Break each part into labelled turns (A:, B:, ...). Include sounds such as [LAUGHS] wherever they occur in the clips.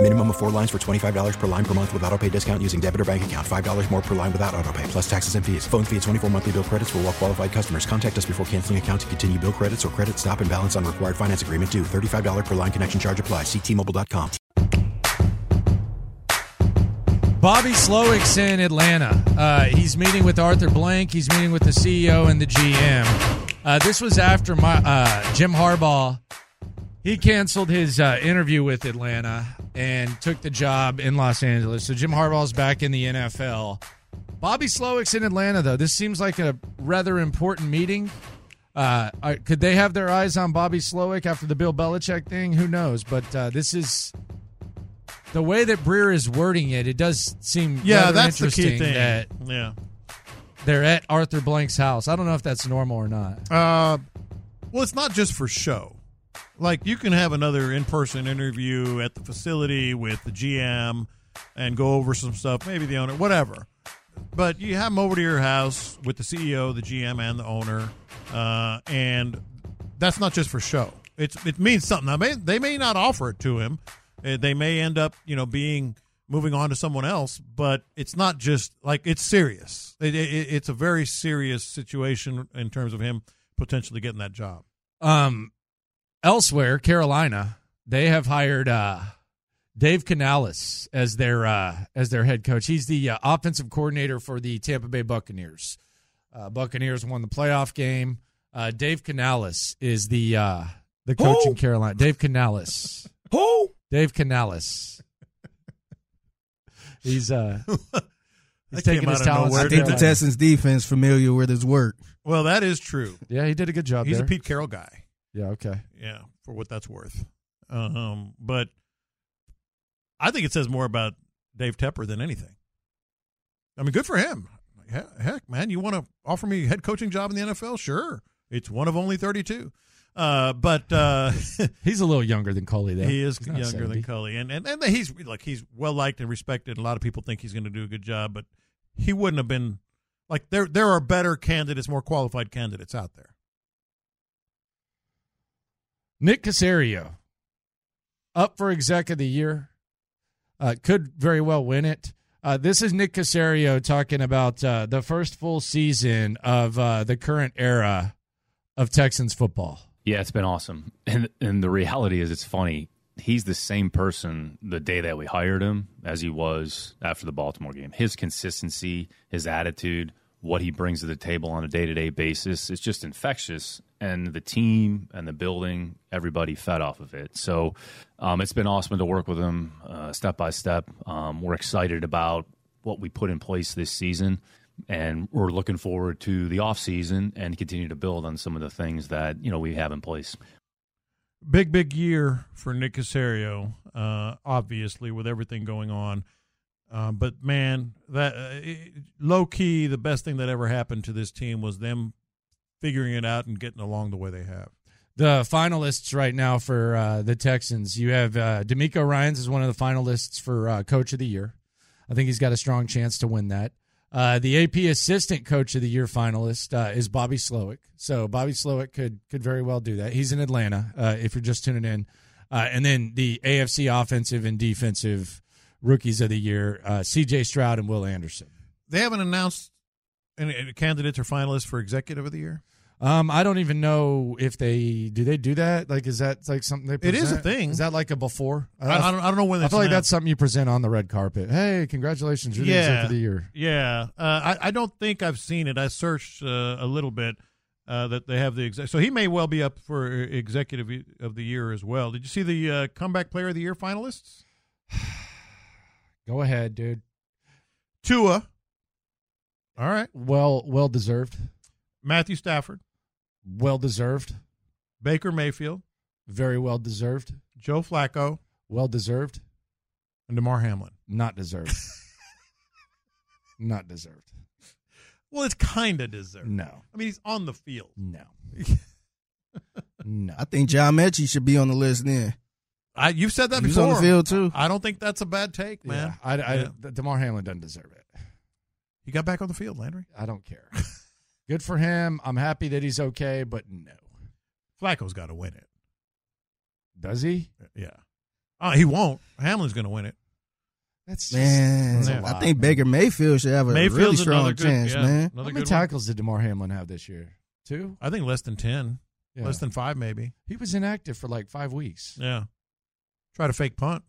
A: Minimum of four lines for $25 per line per month with auto pay discount using debit or bank account. $5 more per line without auto pay, plus taxes and fees. Phone fee at 24 monthly bill credits for all well qualified customers. Contact us before canceling account to continue bill credits or credit stop and balance on required finance agreement due. $35 per line connection charge applies. Ctmobile.com.
B: Bobby Slowick's in Atlanta. Uh, he's meeting with Arthur Blank. He's meeting with the CEO and the GM. Uh, this was after my uh, Jim Harbaugh. He canceled his uh, interview with Atlanta and took the job in Los Angeles. So Jim Harbaugh's back in the NFL. Bobby Slowick's in Atlanta, though. This seems like a rather important meeting. Uh, are- could they have their eyes on Bobby Slowick after the Bill Belichick thing? Who knows? But uh, this is the way that Breer is wording it. It does seem
C: Yeah,
B: rather
C: that's the
B: interesting
C: key thing.
B: that
C: yeah.
B: they're at Arthur Blank's house. I don't know if that's normal or not.
C: Uh, well, it's not just for show. Like you can have another in-person interview at the facility with the GM and go over some stuff, maybe the owner, whatever. But you have them over to your house with the CEO, the GM, and the owner, uh, and that's not just for show. It's it means something. I may they may not offer it to him. Uh, They may end up you know being moving on to someone else, but it's not just like it's serious. It, it, it's a very serious situation in terms of him potentially getting that job.
B: Um, elsewhere, Carolina, they have hired uh, Dave Canales as their uh, as their head coach. He's the uh, offensive coordinator for the Tampa Bay Buccaneers. Uh, Buccaneers won the playoff game. Uh, Dave Canales is the uh, the coach in Carolina. Dave Canales.
C: Who?
B: Dave Canales. He's
C: [LAUGHS]
B: uh he's
C: That came
B: taking his
C: out of
B: talents. to
C: nowhere,
D: I think the
C: didn't
B: Carolina.
D: Texans defense familiar with his work.
C: Well, that is true.
B: Yeah, he did a good job
C: He's a
B: there.
C: Pete Carroll guy.
B: yeah, okay.
C: Yeah, for what that's worth. Um, but I think it says more about Dave Tepper than anything. I mean, good for him. He- Heck, man, you want to offer me a head coaching job in the NFL? Sure. It's one of only 32. Uh, but
B: [LAUGHS]
C: uh,
B: He's a little younger than Coley though.
C: He is
B: He's not
C: younger
B: 70.
C: than Cully, and, and and he's like he's well liked and respected. A lot of people think he's going to do a good job, but he wouldn't have been like there. There are better candidates, more qualified candidates out there.
B: Nick Casario, up for exec of the year, uh, could very well win it. Uh, this is Nick Casario talking about uh, the first full season of uh, the current era of Texans football.
E: Yeah, it's been awesome. And and the reality is it's funny. He's the same person the day that we hired him as he was after the Baltimore game. His consistency, his attitude, what he brings to the table on a day-to-day basis, it's just infectious and the team and the building, everybody fed off of it. So, um, it's been awesome to work with him uh, step by step. Um, we're excited about what we put in place this season and we're looking forward to the offseason and continue to build on some of the things that you know we have in place
C: Big big year for Nick Casario, uh, obviously with everything going on. Uh, but man, that uh, it, low key, the best thing that ever happened to this team was them figuring it out and getting along the way they have.
B: The finalists right now for uh, the Texans, you have uh, D'Amico Ryan's is one of the finalists for uh, Coach of the Year. I think he's got a strong chance to win that. Uh, the AP Assistant Coach of the Year finalist uh, is Bobby Slowick. So Bobby Slowick could could very well do that. He's in Atlanta. Uh, if you're just tuning in, uh, and then the AFC Offensive and Defensive rookies of the year, uh, C.J. Stroud and Will Anderson.
C: They haven't announced any, any candidates or finalists for executive of the year.
B: Um, I don't even know if they do they do that. Like, is that like something they?
C: It
B: Present?
C: is a thing.
B: Is that like a before?
C: I, I don't, I don't know when.
B: I
C: That's
B: feel like that's
C: announced.
B: something you present on the red carpet. Hey, congratulations, you're the exec
C: yeah
B: of the year.
C: Yeah, uh, I I don't think I've seen it. I searched uh, a little bit uh, that they have the exec. So he may well be up for uh, executive e, of the year as well. Did you see the uh, comeback player of the year finalists?
B: Go ahead, dude.
C: Tua. All right,
B: Well, well deserved.
C: Matthew Stafford,
B: Well deserved.
C: Baker Mayfield,
B: Very well deserved.
C: Joe Flacco,
B: Well deserved.
C: and Demar Hamlin.
B: Not [LAUGHS] deserved. Not deserved.
C: Well, it's kind of deserved.
B: No.
C: I mean he's on the field.
B: No. no. [LAUGHS]
D: I think John Mechie should be on the list then.
C: I, you've said that
D: He was
C: before.
D: on the field too.
C: I don't think that's a bad take, man.
B: Yeah, I, I,
C: Yeah.
B: Damar Hamlin doesn't deserve it.
C: He got back on the field, Landry.
B: I don't care. Good for him. I'm happy that he's okay, but no.
C: Flacco's got to win it.
B: Does he?
C: Yeah. Uh, he won't. Hamlin's going to win it.
B: That's just,
D: Man,
B: that's a
D: I
B: lot,
D: think
B: man.
D: Baker Mayfield should have a really strong
C: another good
D: chance,
C: yeah,
D: man.
B: How many
C: Another good one.
B: tackles did Damar Hamlin have this year? Two.
C: I think less than 10,
B: Yeah.
C: less than five, maybe.
B: He was inactive for like five weeks.
C: Yeah. Try to fake punt.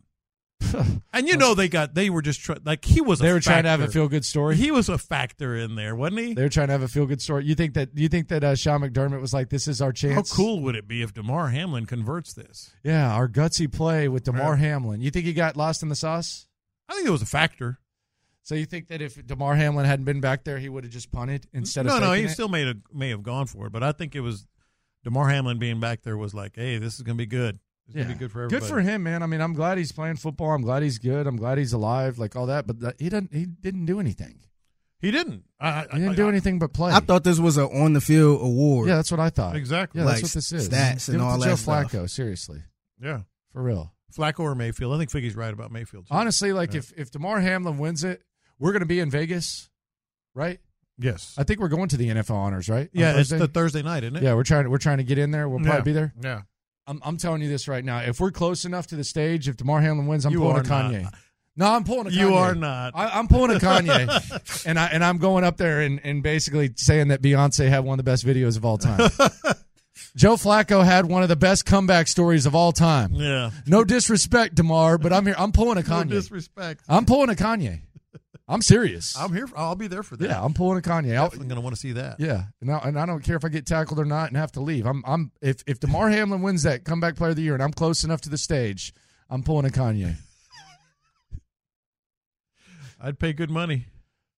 B: [LAUGHS]
C: And you know, they got, they were just, try, like, he was a
B: they were trying to have a
C: factor.
B: feel good story.
C: He was a factor in there, wasn't he?
B: they were trying to have a feel good story. You think that? You think that uh, Sean McDermott was like, "This is our
C: How
B: chance."
C: cool would it be if DeMar Hamlin converts this?
B: Yeah, our gutsy play with Damar
C: Right.
B: Hamlin. You think he got lost in the sauce?
C: I think it was a factor.
B: So you think that if Damar Hamlin hadn't been back there, he would have just punted instead
C: no,
B: of
C: no,
B: faking
C: he
B: it?
C: still may have, may have gone for it, but I think it was DeMar Hamlin being back there was like, hey, this is going to be good. It's going to be good for everybody.
B: Good for him, man. I mean, I'm glad he's playing football. I'm glad he's good. I'm glad he's alive, like all that. But that, he doesn't. He didn't do anything.
C: He didn't. I, I,
B: He didn't
C: I-
B: do anything but play.
D: I thought this was an on the field award.
B: Yeah, that's what I thought.
C: Exactly.
B: Yeah,
D: Like,
B: that's what this is.
D: stats
B: Give
D: and
B: it to
D: all
B: Joe
D: that stuff.
B: Flacco, seriously,
C: Yeah.
B: for real.
C: Flacco or Mayfield. I think Figgy's right about Mayfield. Too.
B: Honestly, like
C: Yeah.
B: if if Damar Hamlin wins it, we're gonna be in Vegas, right?
C: yes.
B: I think we're going to the NFL honors, right? On
C: yeah, it's
B: Thursday?
C: the Thursday night, isn't it?
B: yeah. We're trying. We're trying to get in there. We'll probably
C: Yeah.
B: be there.
C: Yeah.
B: I'm, I'm telling you this right now. If we're close enough to the stage, if Damar Hamlin wins, I'm
C: You
B: pulling
C: are
B: a Kanye.
C: not.
B: No, I'm pulling a Kanye.
C: You are not.
B: I, I'm pulling a
C: [LAUGHS]
B: Kanye, and I and I'm going up there and, and basically saying that Beyonce had one of the best videos of all
C: [LAUGHS]
B: time. Joe Flacco had one of the best comeback stories of all time.
C: [LAUGHS] Yeah.
B: No disrespect, Damar, but I'm here. I'm pulling a
C: No
B: Kanye.
C: disrespect.
B: I'm pulling a Kanye. I'm serious.
C: I'm here. For, I'll be there for that.
B: yeah, I'm pulling a Kanye. I'll-
C: I'm going to want to see that.
B: yeah, and I, and I don't care if I get tackled or not and have to leave. I'm I'm if if Damar Hamlin wins that comeback player of the year and I'm close enough to the stage, I'm pulling a Kanye.
C: I'd pay
B: [LAUGHS]
C: good money.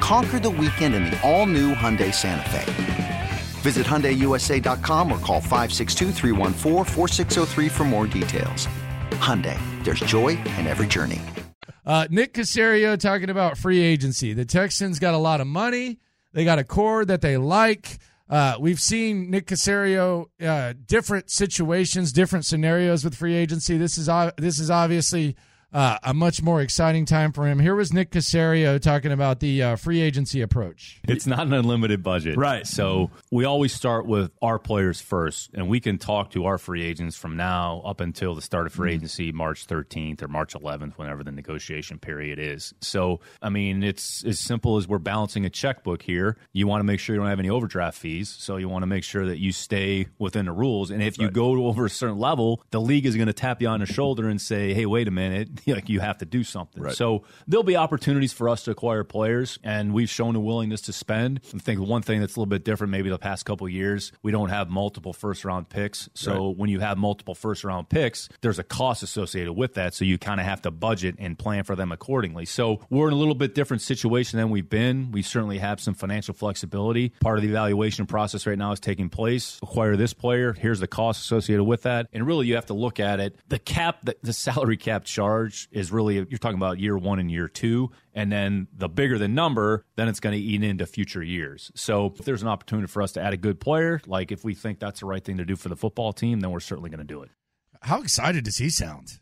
F: Conquer the weekend in the all new Hyundai Santa Fe. Visit HyundaiUSA.com or call 562-314-4603 for more details. Hyundai, there's joy in every journey.
B: Uh, Nick Casario talking about free agency. The Texans got a lot of money. They got a core that they like. Uh, we've seen Nick Casario uh, different situations, different scenarios with free agency. This is ob- this is obviously uh, a much more exciting time for him. Here was Nick Casario talking about the uh, free agency approach.
E: It's not an unlimited budget.
B: Right.
E: So we always start with our players first, and we can talk to our free agents from now up until the start of free
G: Mm-hmm.
E: agency, March 13th or March 11th, whenever the negotiation period is. So, I mean, it's as simple as we're balancing a checkbook here. You want to make sure you don't have any overdraft fees. So you want to make sure that you stay within the rules. And if you go over a certain level, the league is going to tap you on the shoulder and say, hey, wait a minute, [LAUGHS] like you have to do something.
H: Right.
E: So there'll be opportunities for us to acquire players, and we've shown a willingness to spend. I think one thing that's a little bit different, maybe the past couple of years, we don't have multiple first round picks. So when you have multiple first round picks, there's a cost associated with that. So you kind of have to budget and plan for them accordingly. So we're in a little bit different situation than we've been. We certainly have some financial flexibility. Part of the evaluation process right now is taking place. Acquire this player. Here's the cost associated with that. And really, you have to look at it. The cap, the, the salary cap charge is really, you're talking about year one and year two. And then the bigger the number, then it's going to eat into future years. So if there's an opportunity for us to add a good player, like if we think that's the right thing to do for the football team, then we're certainly going to do it.
B: How excited does he sound?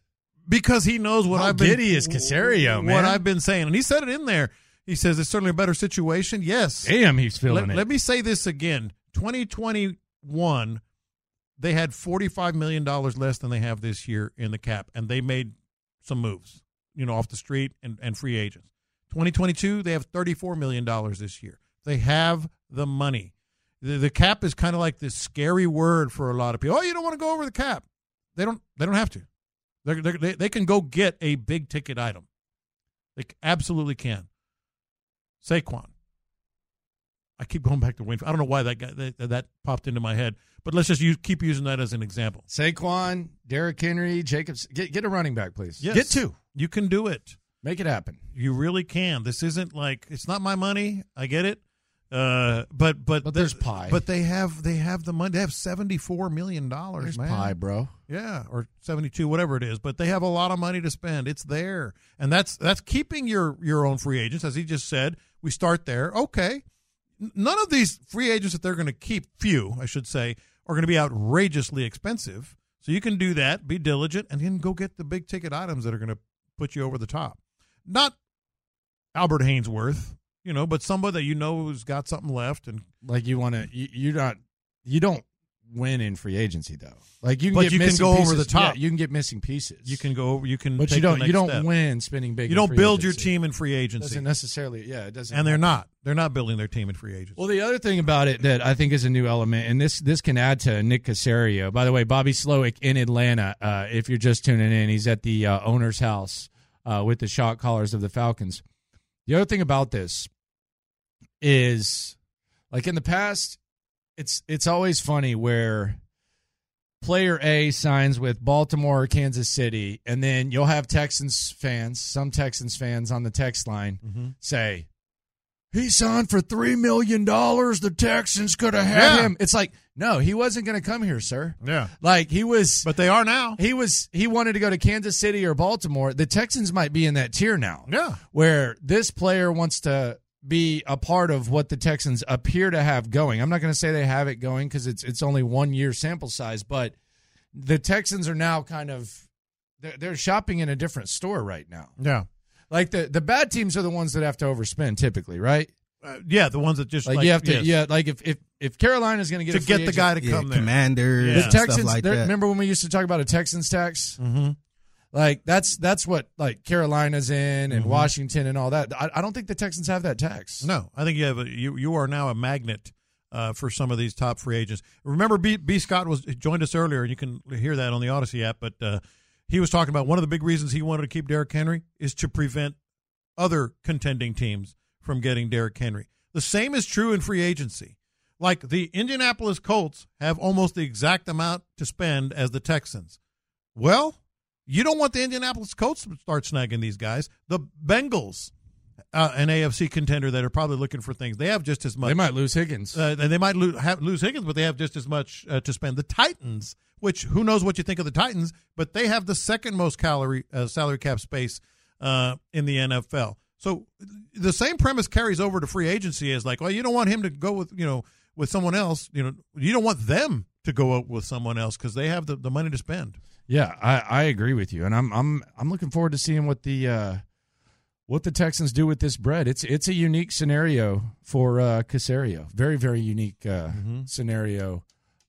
C: because he knows what
B: How
C: I've been.
B: giddy is Casario, man?
C: What I've been saying, and he said it in there. He says it's certainly a better situation. Yes.
B: Damn, he's feeling
C: let,
B: it.
C: Let me say this again. 2021, they had 45 million dollars less than they have this year in the cap, and they made some moves, you know, off the street and, and free agents. 2022, they have 34 million dollars this year. They have the money. The, the cap is kind of like this scary word for a lot of people. Oh, you don't want to go over the cap. They don't. They don't have to. They're, they're, they they can go get a big ticket item. They c- absolutely can. Saquon. I keep going back to Wayne. I don't know why that guy that, that popped into my head, but let's just use, keep using that as an example.
B: Saquon, Derrick Henry, Jacobs. Get, get a running back, please.
C: Yes.
B: Get two.
C: You can do it.
B: Make it happen.
C: You really can. This isn't like it's not my money. I get it. Uh, but but,
B: But there's pie.
C: But they have they have the money. They have seventy four million dollars,
B: There's
C: man.
B: pie, bro.
C: Yeah, or 72, whatever it is. But they have a lot of money to spend. It's there, and that's that's keeping your your own free agents, as he just said. We start there. Okay, N- none of these free agents that they're going to keep, few I should say, are going to be outrageously expensive. So you can do that, be diligent, and then go get the big ticket items that are going to put you over the top. Not Albert Hainsworth, you know, but somebody that you know who's got something left and
B: Like you want to. You, you're not. You don't win in free agency though. Like you can
C: But
B: get
C: you can
B: missing
C: go over
B: pieces.
C: the top.
B: Yeah, you can get missing pieces.
C: you can go over. You can,
B: But you
C: take the
B: don't- you
C: next
B: don't
C: step.
B: win spending big
C: You
B: in
C: don't
B: free
C: build
B: agency.
C: your team in free agency.
B: Doesn't necessarily. Yeah, it doesn't.
C: and they're not. They're not building their team in free agents.
B: Well, the other thing about it that I think is a new element, and this this can add to Nick Casario. By the way, Bobby Slowick in Atlanta. Uh, if you're just tuning in, he's at the uh, owner's house uh, with the shot callers of the Falcons. The other thing about this is, like in the past, it's it's always funny where player A signs with Baltimore or Kansas City, and then you'll have Texans fans, some Texans fans on the text line say, he signed for $3 million. The Texans could have had
C: Yeah.
B: him. It's like, no, he wasn't going to come here, sir.
C: Yeah.
B: Like he was
C: But they are now.
B: He was he wanted to go to Kansas City or Baltimore. The Texans might be in that tier now.
C: Yeah.
B: Where this player wants to be a part of what the Texans appear to have going. I'm not going to say they have it going cuz it's it's only 1 year sample size, but the Texans are now kind of they're, they're shopping in a different store right now.
C: Yeah.
B: Like the the bad teams are the ones that have to overspend typically, right?
C: Uh, yeah, the ones that just
B: Like,
C: like,
B: you have to,
C: yes.
B: yeah. Like if if if Carolina's going to get
C: To
B: a free
C: get the
B: agent-
C: guy to Yeah, come there. commanders
B: the
C: and stuff
B: Texans.
C: like
B: they're-
C: that.
B: Remember when we used to talk about a Texans tax?
C: Mhm.
B: Like that's that's what like Carolina's in and
C: Mhm.
B: Washington and all that. I, I don't think the Texans have that tax.
C: No, I think you have. A, you you are now a magnet uh, for some of these top free agents. Remember, B, B. Scott was joined us earlier, and you can hear that on the Odyssey app. But uh, he was talking about one of the big reasons he wanted to keep Derrick Henry is to prevent other contending teams from getting Derrick Henry. The same is true in free agency. Like the Indianapolis Colts have almost the exact amount to spend as the Texans. Well, you don't want the Indianapolis Colts to start snagging these guys. The Bengals, uh, an AFC contender that are probably looking for things, they have just as much.
B: They might lose Higgins.
C: Uh, and they might lose, have, lose Higgins, but they have just as much uh, to spend. The Titans, which who knows what you think of the Titans, but they have the second most calorie uh, salary cap space uh, in the NFL. So the same premise carries over to free agency as like, well, you don't want him to go with you know with someone else. You know, you don't want them to go out with someone else because they have the, the money to spend.
B: Yeah, I, I agree with you, and I'm I'm I'm looking forward to seeing what the uh, what the Texans do with this bread. It's it's a unique scenario for uh, Casario. Very very unique uh, scenario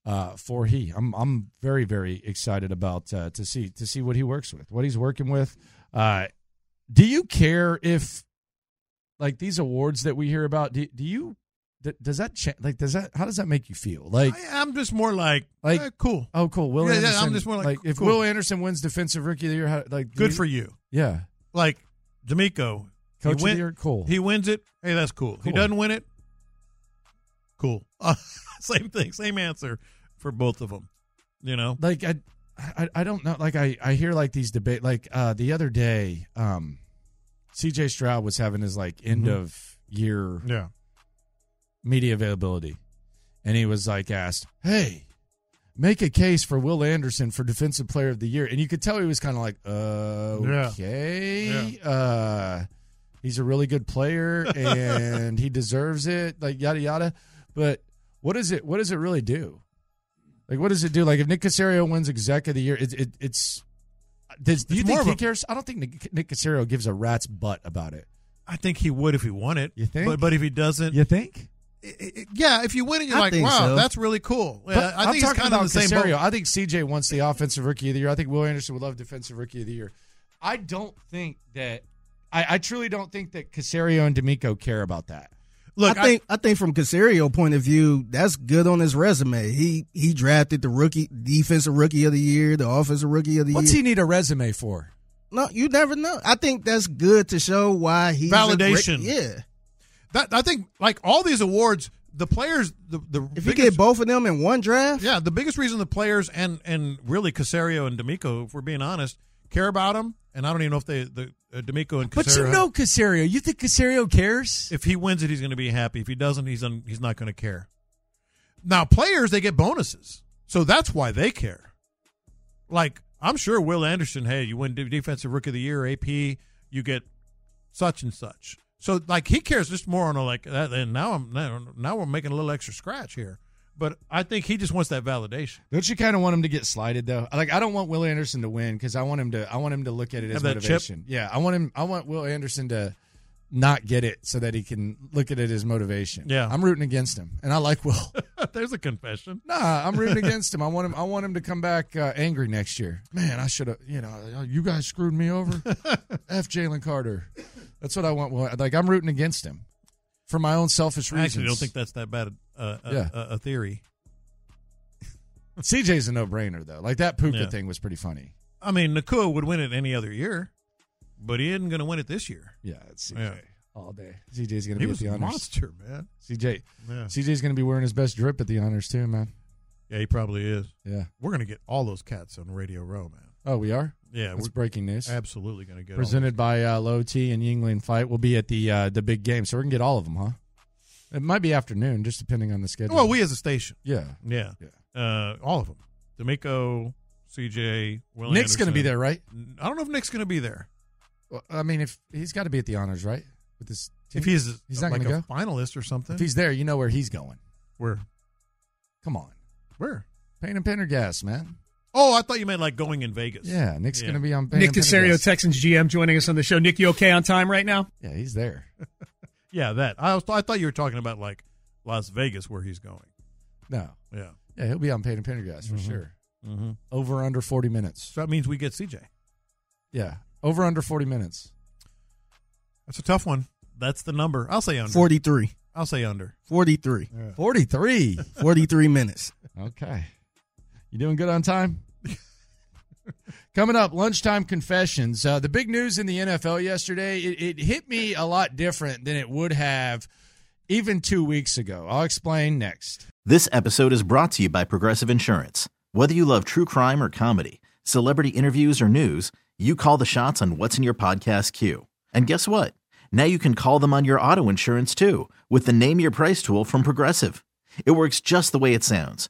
B: uh, for he. I'm I'm very very excited about uh, to see to see what he works with, what he's working with. Uh, do you care if like these awards that we hear about? Do, do you th- does that cha- like does that how does that make you feel? Like
C: I, am just more like
B: like
C: eh, cool.
B: Oh, cool. Will
C: yeah,
B: Anderson.
C: yeah, I'm just more like,
B: if
C: cool.
B: Will Anderson wins Defensive Rookie of the Year, how, like do
C: good for you.
B: Yeah,
C: Like D'Amico,
B: Coach of
C: he
B: the
C: win-
B: Year, cool.
C: He wins it. Hey, that's cool. If He
B: Cool.
C: doesn't win it. Cool. [LAUGHS] same thing. Same answer for both of them. You know.
B: like I, I, I don't know. Like I, I hear like these debate. Like uh the other day, um, C.J. Stroud was having his like end
C: Mhm.
B: of year
C: Yeah.
B: media availability, and he was like asked, "Hey, make a case for Will Anderson for Defensive Player of the Year," and you could tell he was kind of like,
C: Yeah.
B: "Okay, uh, he's a really good
C: [LAUGHS]
B: player and he deserves it," like yada yada. But what is it? What does it really do? Like, what does it do? Like, if Nick Casario wins Exec of the Year, it, it, it's. Does, do
C: It's
B: you
C: more
B: think
C: of
B: he
C: a-
B: cares? I don't think Nick, Nick Casario gives a rat's butt about it.
C: I think he would if he won it.
B: You think?
C: But, but if he doesn't,
B: You think?
C: yeah. If you win it, you're
D: I
C: like,
D: think
C: wow,
D: so.
C: that's really cool. Yeah,
B: But
C: I
B: I'm
C: think he's
B: talking
C: kind
B: about
C: of in the same
B: Casario.
C: boat.
B: I think CJ wants the offensive rookie of the year. I think Will Anderson would love defensive rookie of the year. I don't think that. I, I truly don't think that Casario and D'Amico care about that.
C: Look,
D: I think I, think from Casario point of view, that's good on his resume. He he drafted the rookie defensive rookie of the year, the offensive rookie of the
B: What's
D: year.
B: he need a resume for?
D: no, you never know. I think that's good to show why he's a great-
C: Validation.
D: yeah.
C: That I think like all these awards, the players, the the
D: If
C: biggest,
D: you get both of them in one draft,
C: yeah, the biggest reason the players and and really Casario and D'Amico, if we're being honest, care about him. And I don't even know if they the uh, D'Amico and Casario.
B: But you know Casario. You think Casario cares?
C: if he wins it, he's going to be happy. If he doesn't, he's un, he's not going to care. Now players they get bonuses, so that's why they care. Like I'm sure Will Anderson, hey, you win D- defensive rookie of the year, AP, you get such and such. So like he cares just more on a like that. And now I'm now, now we're making a little extra scratch here, but I think he just wants that validation.
B: Don't you kind of want him to get slighted though? Like I don't want Will Anderson to win because I want him to. I want him to look at it
C: Have
B: as
C: that chip?
B: motivation. Yeah, I want him. I want Will Anderson to not get it so that he can look at it as motivation.
C: Yeah.
B: I'm rooting against him, and I like
C: [LAUGHS]
B: Will.
C: There's a confession.
B: Nah, I'm rooting against him. I want him. I want him to come back uh, angry next year. Man, I should have. You know, uh, you guys screwed me
C: [LAUGHS]
B: over. F. Jalen Carter. That's what I want. Well, Like I'm rooting against him for my own selfish
C: I
B: reasons.
C: actually don't think that's that bad uh, uh,
B: Yeah.
C: uh, a theory.
B: CJ's a no-brainer though. Like that Puka
C: Yeah.
B: thing was pretty funny.
C: I mean, Nakua would win it any other year, but he isn't going to win it this year.
B: Yeah, it's CJ
C: Yeah.
B: all day. CJ's gonna
C: He
B: be
C: was
B: at the
C: a
B: honors.
C: monster, man.
B: CJ.
C: Yeah.
B: CJ's gonna be wearing his best drip at the honors too, man.
C: Yeah, he probably is.
B: Yeah.
C: We're gonna get all those cats on Radio Row, man.
B: Oh, we are.
C: Yeah,
B: It's
C: we're
B: breaking news.
C: absolutely gonna get all
B: presented by uh, Low T and Yingling Fight will be at the uh, the big game, so we can get all of them, huh? It might be afternoon, just depending on the
C: those.
B: schedule.
C: Well, we as a station.
B: yeah.
C: Yeah, Uh, all of them. D'Amico, CJ, Will.
B: Nick's going to
C: Anderson.
B: be there, right?
C: I don't know if Nick's gonna be there.
B: Well, I mean, if he's got to be at the honors, right? With this, team?
C: If he's
B: he's not
C: like
B: going to
C: a
B: go.
C: finalist or something.
B: If he's there, you know where he's going.
C: where
B: Come on,
C: where?
B: Payne and Pendergast, man.
C: Oh, I thought you meant like going in Vegas.
B: Yeah, Nick's
C: Yeah.
B: going to be on. Payne
H: Nick
B: and
H: Casario,
B: Pendergast.
H: Texans GM, joining us on the show. Nick, you okay on time right now?
B: yeah, he's there.
C: Yeah, that. I was. I thought you were talking about like Las Vegas where he's going.
B: No,
C: Yeah.
B: yeah, he'll be on Payne and Pendergast for
C: Mhm.
B: sure.
C: Mm-hmm.
B: Over under forty minutes.
C: So that means we get CJ.
B: Yeah, over under forty minutes.
C: That's a tough one. That's the number. I'll say under.
D: 43.
C: I'll say under.
D: 43.
B: Forty three.
D: 43 minutes.
B: Okay. You doing good on time? Coming up, lunchtime confessions. Uh, the big news in the NFL yesterday, it, it hit me a lot different than it would have even two weeks ago. I'll explain next.
G: This episode is brought to you by Progressive Insurance. Whether you love true crime or comedy, celebrity interviews or news, you call the shots on what's in your podcast queue. And guess what? Now you can call them on your auto insurance too with the Name Your Price tool from Progressive. It works just the way it sounds.